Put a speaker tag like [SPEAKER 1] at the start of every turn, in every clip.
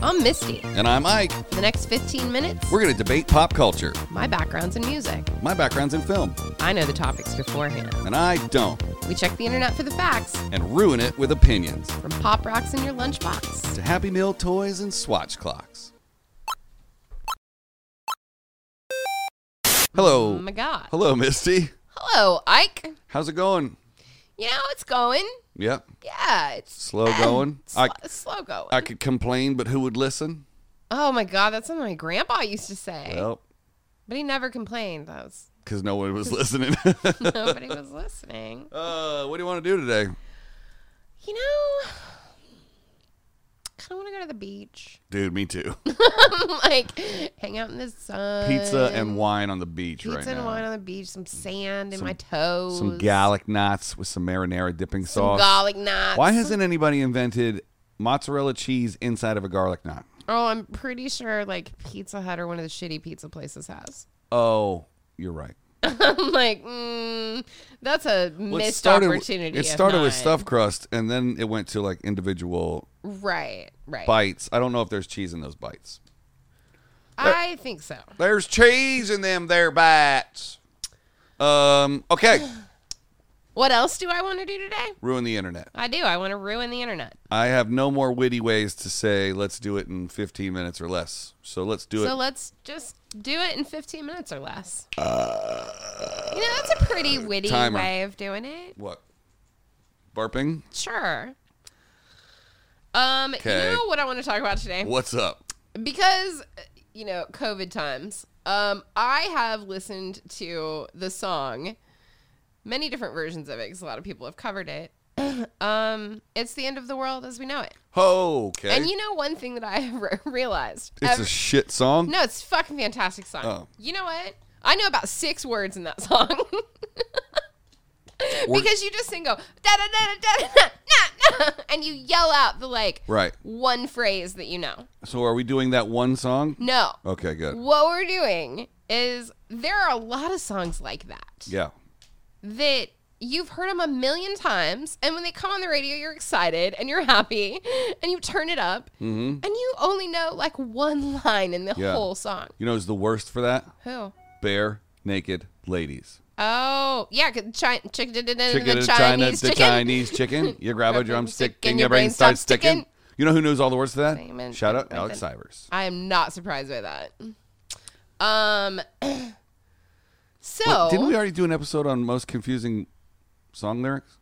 [SPEAKER 1] I'm Misty.
[SPEAKER 2] And I'm Ike.
[SPEAKER 1] For the next 15 minutes,
[SPEAKER 2] We're going to debate pop culture.
[SPEAKER 1] my background's in music.
[SPEAKER 2] My background's in film,
[SPEAKER 1] I know the topics beforehand.
[SPEAKER 2] and I don't,
[SPEAKER 1] We check the internet for the facts,
[SPEAKER 2] and ruin it with opinions.
[SPEAKER 1] from pop rocks in your lunchbox.
[SPEAKER 2] To Happy Meal toys and swatch clocks.
[SPEAKER 1] Oh
[SPEAKER 2] Hello.
[SPEAKER 1] my god.
[SPEAKER 2] Hello, Misty.
[SPEAKER 1] Hello, Ike.
[SPEAKER 2] How's it going?
[SPEAKER 1] You know, it's going.
[SPEAKER 2] Yep.
[SPEAKER 1] Yeah, it's
[SPEAKER 2] Slow going.
[SPEAKER 1] Sl-
[SPEAKER 2] I,
[SPEAKER 1] slow going.
[SPEAKER 2] I could complain, but who would listen?
[SPEAKER 1] oh my god, that's something my grandpa used to say.
[SPEAKER 2] Well,
[SPEAKER 1] But he never complained. That was
[SPEAKER 2] because no one was listening.
[SPEAKER 1] nobody was listening.
[SPEAKER 2] uh, what do you want to do today?
[SPEAKER 1] You know, kind of want to go to the beach.
[SPEAKER 2] Dude, me too.
[SPEAKER 1] like hang out in the sun.
[SPEAKER 2] Pizza and wine on the beach
[SPEAKER 1] pizza
[SPEAKER 2] right
[SPEAKER 1] and
[SPEAKER 2] now. Mm.
[SPEAKER 1] wine on the beach, some sand in
[SPEAKER 2] Some-
[SPEAKER 1] my toes,
[SPEAKER 2] Some garlic knots with some marinara dipping
[SPEAKER 1] some
[SPEAKER 2] sauce.
[SPEAKER 1] garlic knots.
[SPEAKER 2] Why hasn't anybody invented mozzarella cheese inside of a garlic knot?
[SPEAKER 1] Oh, I'm pretty sure like Pizza Hut or one of the shitty pizza places has.
[SPEAKER 2] Oh, you're right.
[SPEAKER 1] I'm like, mm, that's a
[SPEAKER 2] Well,
[SPEAKER 1] missed opportunity. if
[SPEAKER 2] It started with
[SPEAKER 1] not.
[SPEAKER 2] stuffed crust, and then it went to like individual
[SPEAKER 1] Right, right.
[SPEAKER 2] bites. I don't know if there's cheese in those bites.
[SPEAKER 1] I think so.
[SPEAKER 2] There's cheese in them there bites. Um. Okay.
[SPEAKER 1] What else do I want to do today?
[SPEAKER 2] Ruin the internet.
[SPEAKER 1] I do. I want to ruin the internet.
[SPEAKER 2] I have no more witty ways to say let's do it in 15 minutes or less. So let's do
[SPEAKER 1] So
[SPEAKER 2] it.
[SPEAKER 1] let's just do it in 15 minutes or less. you know, that's a pretty witty
[SPEAKER 2] Uh, timer.
[SPEAKER 1] way of doing it.
[SPEAKER 2] What? Burping.
[SPEAKER 1] Sure. Um,
[SPEAKER 2] Okay.
[SPEAKER 1] you know what I want to talk about today?
[SPEAKER 2] What's up?
[SPEAKER 1] Because you know, COVID times. Um, I have listened to the song, many different versions of it because a lot of people have covered it. um, it's the end of the world as we know it.
[SPEAKER 2] Okay.
[SPEAKER 1] And you know, one thing that I have re- realized.
[SPEAKER 2] it's
[SPEAKER 1] ever-
[SPEAKER 2] a shit song.
[SPEAKER 1] no, it's a fucking fantastic song.
[SPEAKER 2] Oh.
[SPEAKER 1] You know what? I know about six words in that song.
[SPEAKER 2] Or-
[SPEAKER 1] because you just sing go da da da da da da na, na, and you yell out the like
[SPEAKER 2] Right.
[SPEAKER 1] one phrase that you know.
[SPEAKER 2] So are we doing that one song?
[SPEAKER 1] No.
[SPEAKER 2] Okay, good.
[SPEAKER 1] What we're doing is there are a lot of songs like that
[SPEAKER 2] Yeah.
[SPEAKER 1] that you've heard them a million times and when they come on the radio you're excited and you're happy and you turn it up and you only know like one line in the
[SPEAKER 2] Mm-hmm. Yeah.
[SPEAKER 1] whole song.
[SPEAKER 2] You know who's the worst for that?
[SPEAKER 1] Who?
[SPEAKER 2] Bare naked ladies.
[SPEAKER 1] Oh, yeah, China, chicken, the
[SPEAKER 2] Chicken
[SPEAKER 1] Chinese,
[SPEAKER 2] to China,
[SPEAKER 1] Chinese
[SPEAKER 2] the
[SPEAKER 1] chicken.
[SPEAKER 2] Chinese chicken. You grab a
[SPEAKER 1] Your brain
[SPEAKER 2] drumstick
[SPEAKER 1] stick and
[SPEAKER 2] and
[SPEAKER 1] your
[SPEAKER 2] your brain
[SPEAKER 1] brain starts
[SPEAKER 2] starts sticking.
[SPEAKER 1] sticking.
[SPEAKER 2] You know who knows all the words to that?
[SPEAKER 1] Wait a minute,
[SPEAKER 2] Shout
[SPEAKER 1] wait a
[SPEAKER 2] out
[SPEAKER 1] minute.
[SPEAKER 2] Alex Sivers.
[SPEAKER 1] I am not surprised by that. Um, so
[SPEAKER 2] Wait, didn't we already do an episode on most confusing song lyrics?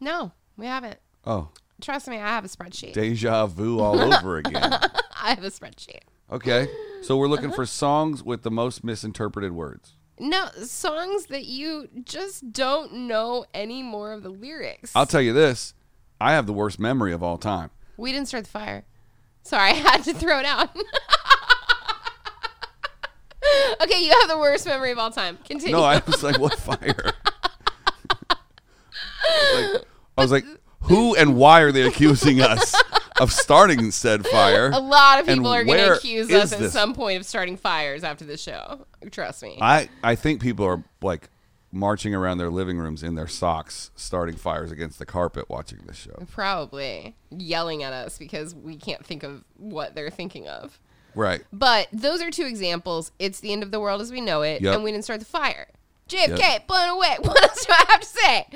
[SPEAKER 1] no, we haven't.
[SPEAKER 2] Oh,
[SPEAKER 1] Trust me, I have a spreadsheet.
[SPEAKER 2] deja vu all over again.
[SPEAKER 1] I have a spreadsheet.
[SPEAKER 2] Okay, so we're looking for songs with the most misinterpreted words.
[SPEAKER 1] No songs that you just don't know any more of the lyrics.
[SPEAKER 2] I'll tell you this: I have the worst memory of all time.
[SPEAKER 1] we didn't start the fire. Sorry, I had to throw it out. okay, you have the worst memory of all time. Continue.
[SPEAKER 2] No, I was like, what fire? I was like, who and why are they accusing us of starting said fire?
[SPEAKER 1] A lot of
[SPEAKER 2] And
[SPEAKER 1] people are going
[SPEAKER 2] where
[SPEAKER 1] to accuse
[SPEAKER 2] is
[SPEAKER 1] us at
[SPEAKER 2] this?
[SPEAKER 1] some point of starting fires after this show. Trust me.
[SPEAKER 2] I, I think people are like marching around their living rooms in their socks, starting fires against the carpet watching this show.
[SPEAKER 1] Probably yelling at us because we can't think of what they're thinking of.
[SPEAKER 2] Right.
[SPEAKER 1] But those are two examples. It's the end of the world as we know it,
[SPEAKER 2] Yep.
[SPEAKER 1] and we didn't start the fire. JFK
[SPEAKER 2] Yep.
[SPEAKER 1] blown away. What else do I have to say?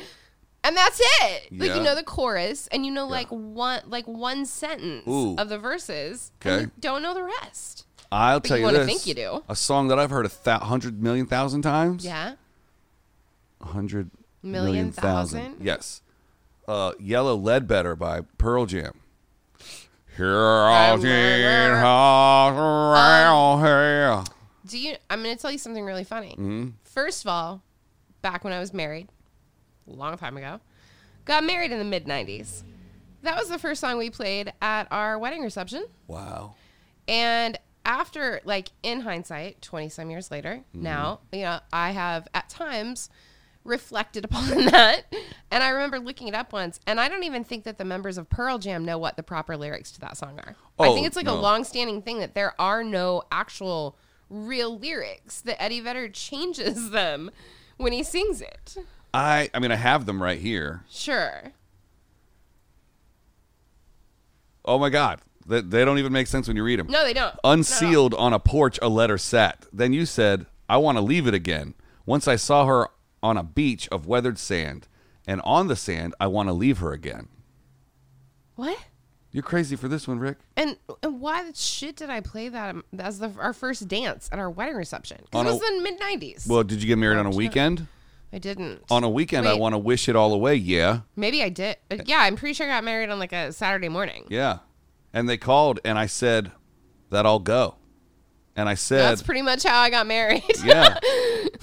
[SPEAKER 1] And that's it. Like
[SPEAKER 2] Yeah.
[SPEAKER 1] you know the chorus, and you know like one like one sentence
[SPEAKER 2] Ooh.
[SPEAKER 1] of the verses,
[SPEAKER 2] Okay.
[SPEAKER 1] and you don't know the rest.
[SPEAKER 2] I'll tell
[SPEAKER 1] you
[SPEAKER 2] you,
[SPEAKER 1] wanna
[SPEAKER 2] this.
[SPEAKER 1] think you do.
[SPEAKER 2] A song that I've heard a thou- hundred million thousand times.
[SPEAKER 1] Yeah,
[SPEAKER 2] A hundred
[SPEAKER 1] Million
[SPEAKER 2] million thousand.
[SPEAKER 1] thousand?
[SPEAKER 2] Yes. Uh, Yellow Leadbetter by Pearl Jam. Here
[SPEAKER 1] Um,
[SPEAKER 2] I'll get hot around here.
[SPEAKER 1] Do you? I'm going to tell you something really funny. First of all, back when I was married, a long time ago, got married in the mid 90s. That was the first song we played at our wedding reception.
[SPEAKER 2] Wow.
[SPEAKER 1] And after, like, in hindsight, 20 some years later,
[SPEAKER 2] Mm-hmm.
[SPEAKER 1] now, you know, I have at times reflected upon that. And I remember looking it up once, and I don't even think that the members of Pearl Jam know what the proper lyrics to that song are. I
[SPEAKER 2] Oh,
[SPEAKER 1] think it's like a
[SPEAKER 2] no.
[SPEAKER 1] long standing thing that there are no actual real lyrics, that Eddie Vedder changes them when he sings it.
[SPEAKER 2] I I mean I have them right here.
[SPEAKER 1] Sure.
[SPEAKER 2] Oh my god. They, they don't even make sense when you read them.
[SPEAKER 1] No, they don't.
[SPEAKER 2] Unsealed on a porch, a letter sat. Then you said, I want to leave it again. Once I saw her on a beach of weathered sand, and on the sand, I want to leave her again.
[SPEAKER 1] What?
[SPEAKER 2] You're crazy for this one, Rick.
[SPEAKER 1] And, and why the shit did I play that um, as the, our first dance at our wedding reception? 'Cause
[SPEAKER 2] On
[SPEAKER 1] it
[SPEAKER 2] a-
[SPEAKER 1] was in the mid '90s.
[SPEAKER 2] Well, did you get married on a weekend?
[SPEAKER 1] I didn't.
[SPEAKER 2] On a weekend, I
[SPEAKER 1] Wait.
[SPEAKER 2] want to wish it all away. Yeah.
[SPEAKER 1] Maybe I did. Uh, yeah, I'm pretty sure I got married on like a Saturday morning.
[SPEAKER 2] Yeah. And they called, and I said, that I'll go. And I said,
[SPEAKER 1] That's pretty much how I got married.
[SPEAKER 2] Yeah.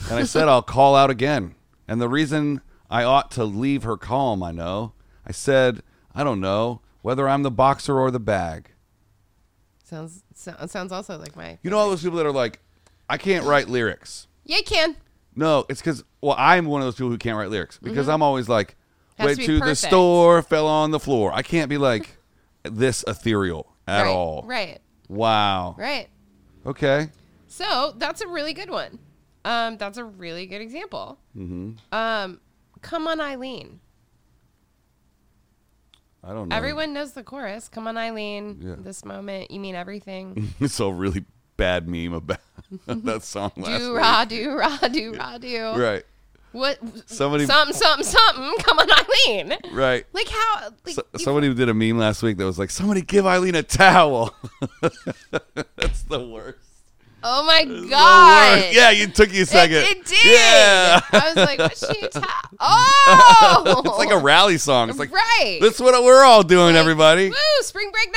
[SPEAKER 2] And I said, I'll call out again. And the reason I ought to leave her calm, I know. I said, I don't know whether I'm the boxer or the bag.
[SPEAKER 1] sounds so, sounds also like my.
[SPEAKER 2] You know, all those people that are like, I can't write lyrics.
[SPEAKER 1] Yeah, you can.
[SPEAKER 2] No, it's because, well, I'm one of those people who can't write lyrics because I'm always like,
[SPEAKER 1] Mm-hmm. Has
[SPEAKER 2] went
[SPEAKER 1] to be
[SPEAKER 2] to, the
[SPEAKER 1] perfect.
[SPEAKER 2] store, fell on the floor. I can't be like this ethereal at
[SPEAKER 1] right,
[SPEAKER 2] all.
[SPEAKER 1] Right.
[SPEAKER 2] Wow.
[SPEAKER 1] Right.
[SPEAKER 2] Okay.
[SPEAKER 1] So that's a really good one. Um, that's a really good example. Mm-hmm. Um, come on, Eileen.
[SPEAKER 2] I don't know.
[SPEAKER 1] Everyone knows the chorus. Come on, Eileen.
[SPEAKER 2] Yeah.
[SPEAKER 1] This moment, you mean everything.
[SPEAKER 2] it's a really bad meme about that song last
[SPEAKER 1] do
[SPEAKER 2] week.
[SPEAKER 1] ra, do ra, do ra, do.
[SPEAKER 2] Right.
[SPEAKER 1] What?
[SPEAKER 2] Somebody-
[SPEAKER 1] Something, something, something. Come on, Eileen.
[SPEAKER 2] Right.
[SPEAKER 1] Like how? Like,
[SPEAKER 2] So,
[SPEAKER 1] you-
[SPEAKER 2] somebody did a meme last week that was like, "Somebody give Eileen a towel." That's the worst.
[SPEAKER 1] oh my
[SPEAKER 2] The
[SPEAKER 1] god.
[SPEAKER 2] worst. Yeah, you took you a second.
[SPEAKER 1] It, it did.
[SPEAKER 2] Yeah.
[SPEAKER 1] I was like, what's she? Ta- oh,
[SPEAKER 2] it's like a rally song. It's like
[SPEAKER 1] right.
[SPEAKER 2] that's what we're all doing, everybody.
[SPEAKER 1] Woo! Spring Break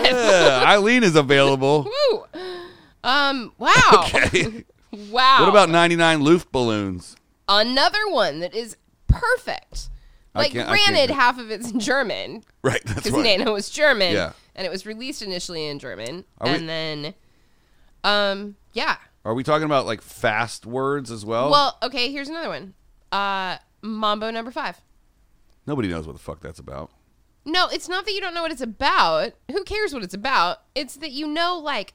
[SPEAKER 1] '95.
[SPEAKER 2] Yeah, Eileen is available.
[SPEAKER 1] Woo! Um. Wow.
[SPEAKER 2] Okay.
[SPEAKER 1] Wow.
[SPEAKER 2] What about 99 Luft balloons?
[SPEAKER 1] another one that is perfect?
[SPEAKER 2] I
[SPEAKER 1] Like,
[SPEAKER 2] can't- I can't
[SPEAKER 1] granted,
[SPEAKER 2] do-
[SPEAKER 1] half of it's in German
[SPEAKER 2] Right, that's
[SPEAKER 1] because
[SPEAKER 2] right.
[SPEAKER 1] Nana was German,
[SPEAKER 2] Yeah.
[SPEAKER 1] and it was released initially in German,
[SPEAKER 2] Are we-
[SPEAKER 1] and then, um, yeah.
[SPEAKER 2] Are we talking about like fast words as well?
[SPEAKER 1] Well, okay. Here's another one. Uh, Mambo number five.
[SPEAKER 2] Nobody knows what the fuck that's about.
[SPEAKER 1] No, it's not that you don't know what it's about. Who cares what it's about? It's that you know like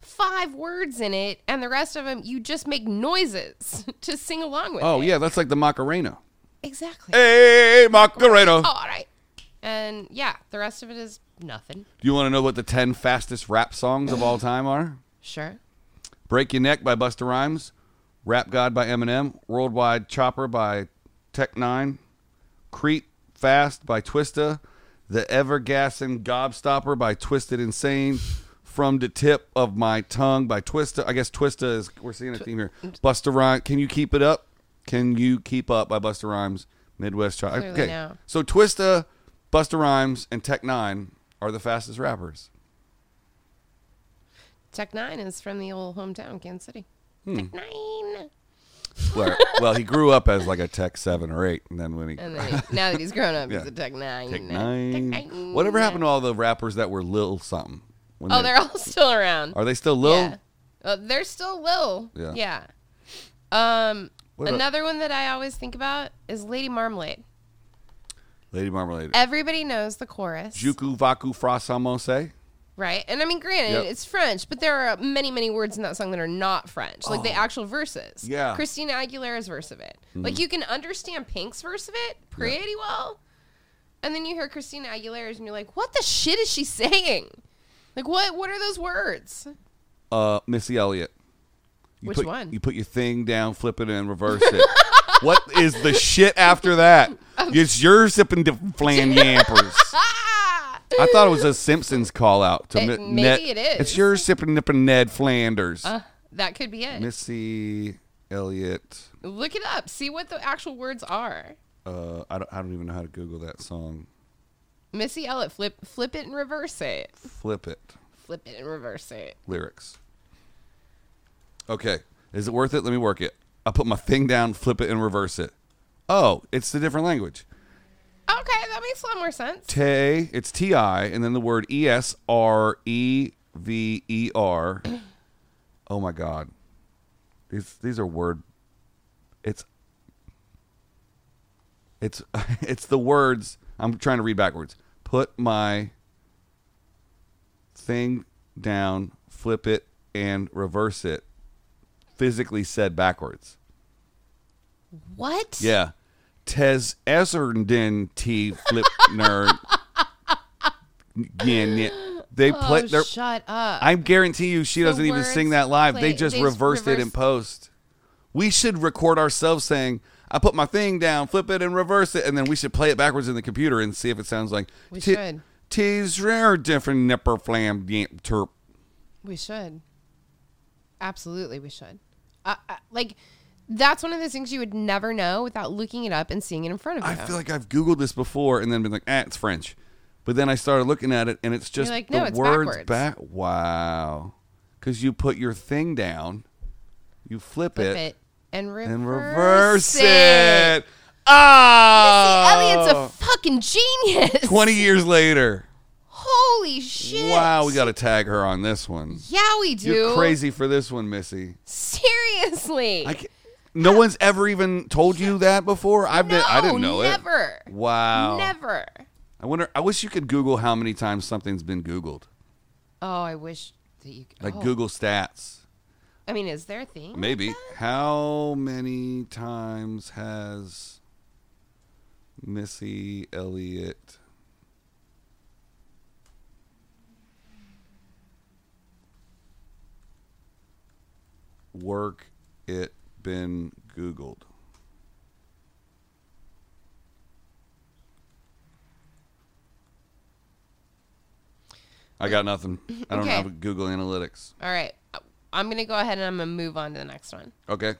[SPEAKER 1] five words in it, and the rest of them you just make noises to sing along with.
[SPEAKER 2] Oh
[SPEAKER 1] it.
[SPEAKER 2] yeah, that's like the Macarena.
[SPEAKER 1] exactly.
[SPEAKER 2] Hey, Macarena.
[SPEAKER 1] All right, and yeah, the rest of it is nothing.
[SPEAKER 2] Do you want to know what the 10 fastest rap songs of all time are?
[SPEAKER 1] Sure.
[SPEAKER 2] Break Your Neck by Busta Rhymes, Rap God by Eminem, Worldwide Chopper by Tech Nine, Crete Fast by Twista, The Evergassing Gobstopper by Twisted Insane, From the Tip of My Tongue by Twista. I guess Twista is, we're seeing a theme here. Busta Rhymes, Can You Keep It Up? Can You Keep Up by Busta Rhymes, Midwest Chopper.
[SPEAKER 1] Clearly no.
[SPEAKER 2] So Twista, Busta Rhymes, and Tech Nine are the fastest rappers.
[SPEAKER 1] Tech Nine is from the old hometown, Kansas City.
[SPEAKER 2] Hmm.
[SPEAKER 1] Tech Nine.
[SPEAKER 2] Well, well, he grew up as like a Tech Seven or Eight, and then when he
[SPEAKER 1] And then he- now that he's grown up, he's
[SPEAKER 2] Yeah.
[SPEAKER 1] a Tech Nine.
[SPEAKER 2] Tech Nine, whatever happened to all the rappers that were Lil something? When
[SPEAKER 1] Oh, they're all still around.
[SPEAKER 2] are they still Lil?
[SPEAKER 1] Yeah. Uh, they're still Lil.
[SPEAKER 2] Yeah.
[SPEAKER 1] Yeah. Um,
[SPEAKER 2] What about-
[SPEAKER 1] another one that I always think about is Lady Marmalade.
[SPEAKER 2] Lady Marmalade,
[SPEAKER 1] Everybody knows the chorus,
[SPEAKER 2] Juku Vaku Frasamose.
[SPEAKER 1] right? And I mean, granted,
[SPEAKER 2] Yep.
[SPEAKER 1] it's French, but there are many, many words in that song that are not French, like the actual verses.
[SPEAKER 2] Oh. Yeah. Mm-hmm.
[SPEAKER 1] Christina Aguilera's verse of it, like you can understand Pink's verse of it pretty well, and then you hear Christina Aguilera's, and you're like, "What the shit is she saying? Like, what? What are those words?"
[SPEAKER 2] Uh, Missy Elliott. You
[SPEAKER 1] Which
[SPEAKER 2] put,
[SPEAKER 1] one?
[SPEAKER 2] You put your thing down, flip it, and reverse it. what is the shit after that? It's your sipping de- flan yampers.
[SPEAKER 1] Ah!
[SPEAKER 2] I thought it was a Simpsons call out to
[SPEAKER 1] It-
[SPEAKER 2] Mi-
[SPEAKER 1] maybe it is.
[SPEAKER 2] It's your sipping nipping Ned Flanders.
[SPEAKER 1] Uh, that could be it.
[SPEAKER 2] Missy Elliott.
[SPEAKER 1] Look it up. See what the actual words are.
[SPEAKER 2] Uh, I don't. I don't even know how to Google that song.
[SPEAKER 1] Missy Elliott, flip, flip it and reverse it.
[SPEAKER 2] Flip it.
[SPEAKER 1] Flip it and reverse it.
[SPEAKER 2] Lyrics. Okay. Is it worth it? Let me work it. I put my thing down, flip it, and reverse it. Oh, it's a different language.
[SPEAKER 1] Okay, that makes a lot more sense.
[SPEAKER 2] Te. It's T I, and then the word E S R E V E R. Oh my God. These these are word. It's. It's it's the words I'm trying to read backwards. Put my thing down, flip it, and reverse it. Physically said backwards.
[SPEAKER 1] What?
[SPEAKER 2] Yeah. Tez Esserdin T Flipner. Yeah, yeah. They play.
[SPEAKER 1] Oh,
[SPEAKER 2] They're,
[SPEAKER 1] shut up.
[SPEAKER 2] I guarantee you, she doesn't even
[SPEAKER 1] words
[SPEAKER 2] sing that live.
[SPEAKER 1] play-
[SPEAKER 2] they just
[SPEAKER 1] they
[SPEAKER 2] reversed it in
[SPEAKER 1] reverse-
[SPEAKER 2] post. We should record ourselves saying, "I put my thing down, flip it, and reverse it," and then we should play it backwards in the computer and see if it sounds like.
[SPEAKER 1] We
[SPEAKER 2] "Ti-
[SPEAKER 1] should.
[SPEAKER 2] Tis rare, different nipper flam yamp terp.
[SPEAKER 1] we should. Absolutely, we should. Uh, uh, like, that's one of those things you would never know without looking it up and seeing it in front of you.
[SPEAKER 2] I feel like I've Googled this before and then been like, ah, it's French. But then I started looking at it and it's just
[SPEAKER 1] like,
[SPEAKER 2] the
[SPEAKER 1] no, it's
[SPEAKER 2] words
[SPEAKER 1] backwards.
[SPEAKER 2] back. Wow. Because you put your thing down, you flip,
[SPEAKER 1] Flip
[SPEAKER 2] it,
[SPEAKER 1] it and reverse,
[SPEAKER 2] and reverse
[SPEAKER 1] it.
[SPEAKER 2] it. Ah!
[SPEAKER 1] Missy Elliott's a fucking genius.
[SPEAKER 2] 20 years later.
[SPEAKER 1] Holy shit.
[SPEAKER 2] Wow, we got to tag her on this one.
[SPEAKER 1] Yeah, we do.
[SPEAKER 2] You're crazy for this one, Missy.
[SPEAKER 1] Seriously.
[SPEAKER 2] I can't- no one's ever even told you that before. I've been, I didn't
[SPEAKER 1] No,
[SPEAKER 2] know
[SPEAKER 1] never.
[SPEAKER 2] it. Wow.
[SPEAKER 1] Never.
[SPEAKER 2] I wonder. I wish you could Google how many times something's been Googled.
[SPEAKER 1] Oh, I wish that you could.
[SPEAKER 2] like
[SPEAKER 1] oh.
[SPEAKER 2] Google Stats.
[SPEAKER 1] I mean, is there a thing?
[SPEAKER 2] Maybe. How many times has Missy Elliott work it been Googled? I got nothing. I don't
[SPEAKER 1] Okay.
[SPEAKER 2] have Google Analytics.
[SPEAKER 1] All right. Uh, I'm going to go ahead and I'm going to move on to the next one.
[SPEAKER 2] Okay.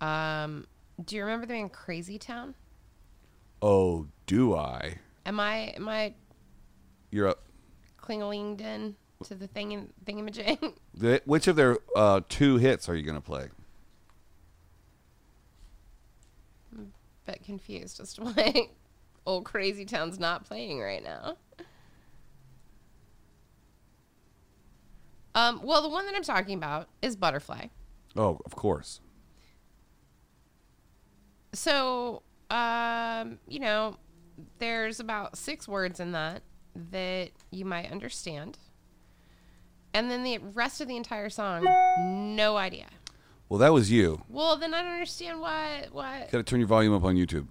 [SPEAKER 1] Um, do you remember the in Crazy Town?
[SPEAKER 2] Oh, do I?
[SPEAKER 1] Am I am I
[SPEAKER 2] You're up.
[SPEAKER 1] clingling in to the thing in thingamajig?
[SPEAKER 2] The, which of their uh, two hits are you going to play?
[SPEAKER 1] bit confused as to why old Crazy Town's not playing right now. Um, well, the one that I'm talking about is Butterfly.
[SPEAKER 2] Oh, of course.
[SPEAKER 1] So, um, you know, there's about six words in that that you might understand. And then the rest of the entire song, no idea.
[SPEAKER 2] Well, that was you.
[SPEAKER 1] Well, then I don't understand why why
[SPEAKER 2] Got to turn your volume up on YouTube.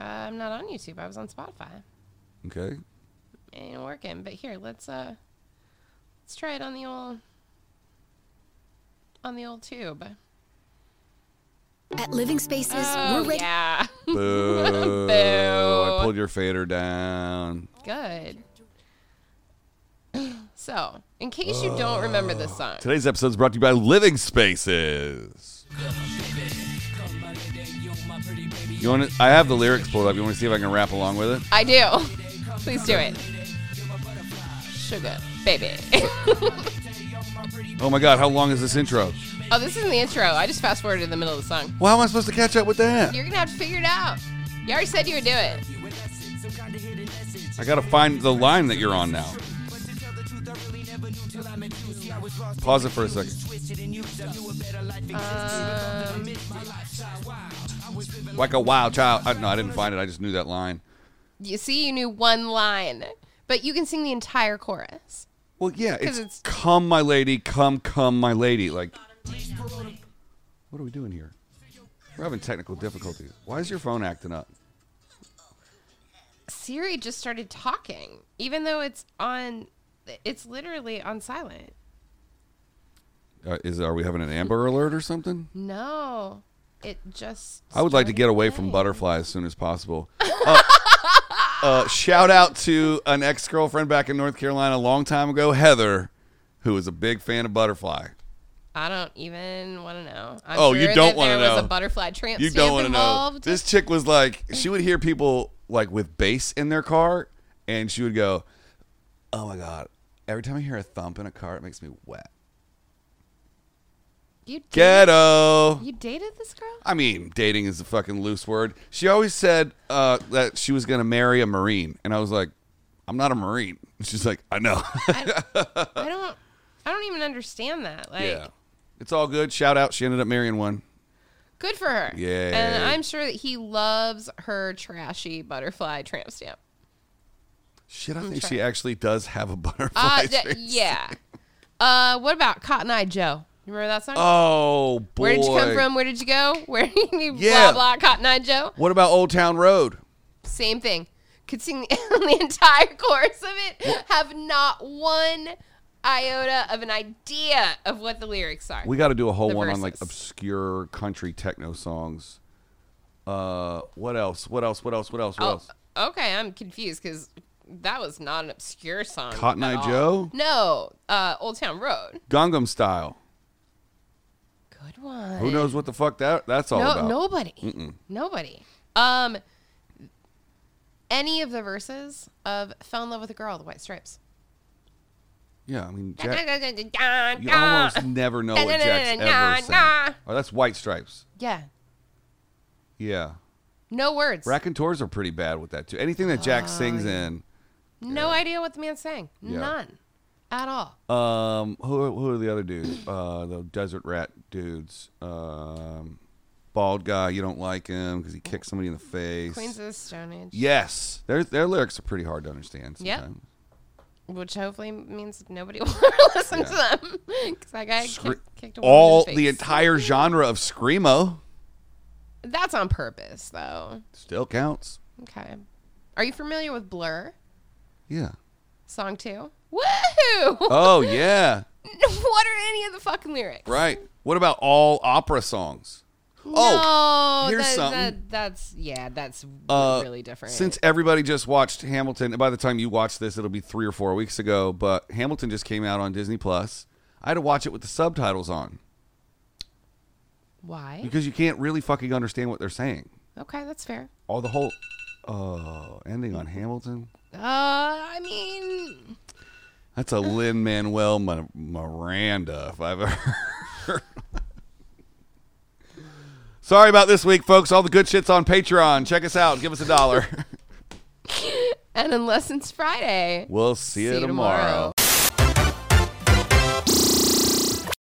[SPEAKER 1] uh, I'm not on YouTube. I was on Spotify.
[SPEAKER 2] Okay.
[SPEAKER 1] ain't working. But here, let's uh, let's try it on the old on the old tube.
[SPEAKER 3] At Living Spaces,
[SPEAKER 1] Oh
[SPEAKER 3] we're ready.
[SPEAKER 1] yeah,
[SPEAKER 2] Boo. I pulled your fader down.
[SPEAKER 1] good. So, in case you don't remember this song,
[SPEAKER 3] Uh.
[SPEAKER 2] Today's episode is brought to you by Living Spaces. You want to, I have the lyrics pulled up. You want to see if I can rap along with it?
[SPEAKER 1] I do. Please do it, sugar baby.
[SPEAKER 2] Oh my God, how long is this intro?
[SPEAKER 1] oh, this isn't the intro. I just fast forwarded in the middle of the song.
[SPEAKER 2] Well, how am I supposed to catch up with that?
[SPEAKER 1] You're gonna have to figure it out. You already said you would do it.
[SPEAKER 2] I got to find the line that you're on now. Pause it for a second.
[SPEAKER 1] Um,
[SPEAKER 2] like a wild child. I, no, I didn't find it. I just knew that line.
[SPEAKER 1] you see, you knew one line, but you can sing the entire chorus.
[SPEAKER 2] Well, yeah, it's,
[SPEAKER 1] it's-
[SPEAKER 2] come, my lady, come, come, my lady. Like, what are we doing here? We're having technical difficulties. Why is your phone acting up?
[SPEAKER 1] Siri just started talking, even though it's on, it's literally on silent.
[SPEAKER 2] Uh, is are we having an Amber Alert or something?
[SPEAKER 1] No, it just.
[SPEAKER 2] I would like to
[SPEAKER 1] started
[SPEAKER 2] get away from
[SPEAKER 1] playing.
[SPEAKER 2] Butterfly as soon as possible. Uh, uh, shout out to an ex girlfriend back in North Carolina a long time ago, Heather, who was a big fan of Butterfly.
[SPEAKER 1] I don't even want to know. I'm
[SPEAKER 2] Oh, you
[SPEAKER 1] sure
[SPEAKER 2] don't
[SPEAKER 1] that
[SPEAKER 2] wanna
[SPEAKER 1] there was
[SPEAKER 2] know.
[SPEAKER 1] a butterfly tramp
[SPEAKER 2] You
[SPEAKER 1] stamp
[SPEAKER 2] don't want to know.
[SPEAKER 1] involved.
[SPEAKER 2] This chick was like, she would hear people like with bass in their car, and she would go, "Oh my god! Every time I hear a thump in a car, it makes me wet."
[SPEAKER 1] You dated,
[SPEAKER 2] Ghetto.
[SPEAKER 1] you dated this girl?
[SPEAKER 2] I mean, dating is a fucking loose word. She always said uh, that she was gonna marry a marine, and I was like, "I'm not a marine." She's like, "I know."
[SPEAKER 1] I don't. I don't even understand that. Like,
[SPEAKER 2] uh, yeah, it's all good. Shout out. She ended up marrying one.
[SPEAKER 1] good for her.
[SPEAKER 2] Yay.
[SPEAKER 1] And I'm sure that he loves her trashy butterfly tramp stamp.
[SPEAKER 2] Shit, I think she actually does have a butterfly.
[SPEAKER 1] Uh, d-
[SPEAKER 2] face.
[SPEAKER 1] yeah. Uh, what about Cotton Eye Joe? You remember that song?
[SPEAKER 2] Oh boy.
[SPEAKER 1] Where did you come from? Where did you go? Where you
[SPEAKER 2] Yeah.
[SPEAKER 1] blah blah Cotton Eye Joe?
[SPEAKER 2] What about Old Town Road?
[SPEAKER 1] Same thing. could sing the, the entire chorus of it, have not one iota of an idea of what the lyrics are.
[SPEAKER 2] We got to do a whole
[SPEAKER 1] The
[SPEAKER 2] one on like
[SPEAKER 1] verses.
[SPEAKER 2] obscure country techno songs. Uh, what else? What else? What else? What else? What
[SPEAKER 1] Oh,
[SPEAKER 2] else?
[SPEAKER 1] okay, I'm confused because that was not an obscure song.
[SPEAKER 2] Cotton
[SPEAKER 1] at
[SPEAKER 2] Eye
[SPEAKER 1] all.
[SPEAKER 2] Joe?
[SPEAKER 1] No, uh, Old Town Road.
[SPEAKER 2] Gangnam Style.
[SPEAKER 1] Good one.
[SPEAKER 2] Who knows what the fuck that that's all
[SPEAKER 1] no,
[SPEAKER 2] about?
[SPEAKER 1] nobody, nobody. Um, any of the verses of "Fell in Love with a Girl," the White Stripes.
[SPEAKER 2] Yeah, I mean, Jack, you almost never know what Jack's ever sang. Oh, that's White Stripes.
[SPEAKER 1] yeah,
[SPEAKER 2] Yeah,
[SPEAKER 1] no words,
[SPEAKER 2] raconteurs are pretty bad with that too. Anything that
[SPEAKER 1] Oh,
[SPEAKER 2] Jack sings in.
[SPEAKER 1] no idea what the man's saying,
[SPEAKER 2] Yeah.
[SPEAKER 1] none at all.
[SPEAKER 2] Um, who are, who are the other dudes? Uh, the desert rat dudes. Um, bald guy. You don't like him because he kicked somebody in the face.
[SPEAKER 1] Queens of the Stone Age,
[SPEAKER 2] yes, their their lyrics are pretty hard to understand.
[SPEAKER 1] Yep.
[SPEAKER 2] Sometimes.
[SPEAKER 1] which hopefully means nobody will ever listen to them because that guy
[SPEAKER 2] Scre-
[SPEAKER 1] kicked, kicked a woman in
[SPEAKER 2] all
[SPEAKER 1] the,
[SPEAKER 2] the
[SPEAKER 1] face.
[SPEAKER 2] entire genre of screamo
[SPEAKER 1] That's on purpose, though.
[SPEAKER 2] still counts.
[SPEAKER 1] Okay, are you familiar with Blur
[SPEAKER 2] Yeah.
[SPEAKER 1] song two? Woohoo!
[SPEAKER 2] Oh yeah.
[SPEAKER 1] what are any of the fucking lyrics?
[SPEAKER 2] Right. What about all opera songs? Oh,
[SPEAKER 1] no,
[SPEAKER 2] here's
[SPEAKER 1] that,
[SPEAKER 2] something.
[SPEAKER 1] that- that's yeah, that's
[SPEAKER 2] Uh,
[SPEAKER 1] really different.
[SPEAKER 2] Since everybody just watched Hamilton, and by the time you watch this, it'll be three or four weeks ago. But Hamilton just came out on Disney Plus. I had to watch it with the subtitles on
[SPEAKER 1] why?
[SPEAKER 2] because you can't really fucking understand what they're saying.
[SPEAKER 1] Okay, that's fair.
[SPEAKER 2] All the whole, oh, ending on Hamilton.
[SPEAKER 1] Uh, I mean,
[SPEAKER 2] That's a Lin Manuel Miranda, if I've ever. heard. Sorry about this week, folks. All the good shit's on Patreon. Check us out. Give us a dollar.
[SPEAKER 1] and unless it's Friday,
[SPEAKER 2] We'll see, you tomorrow.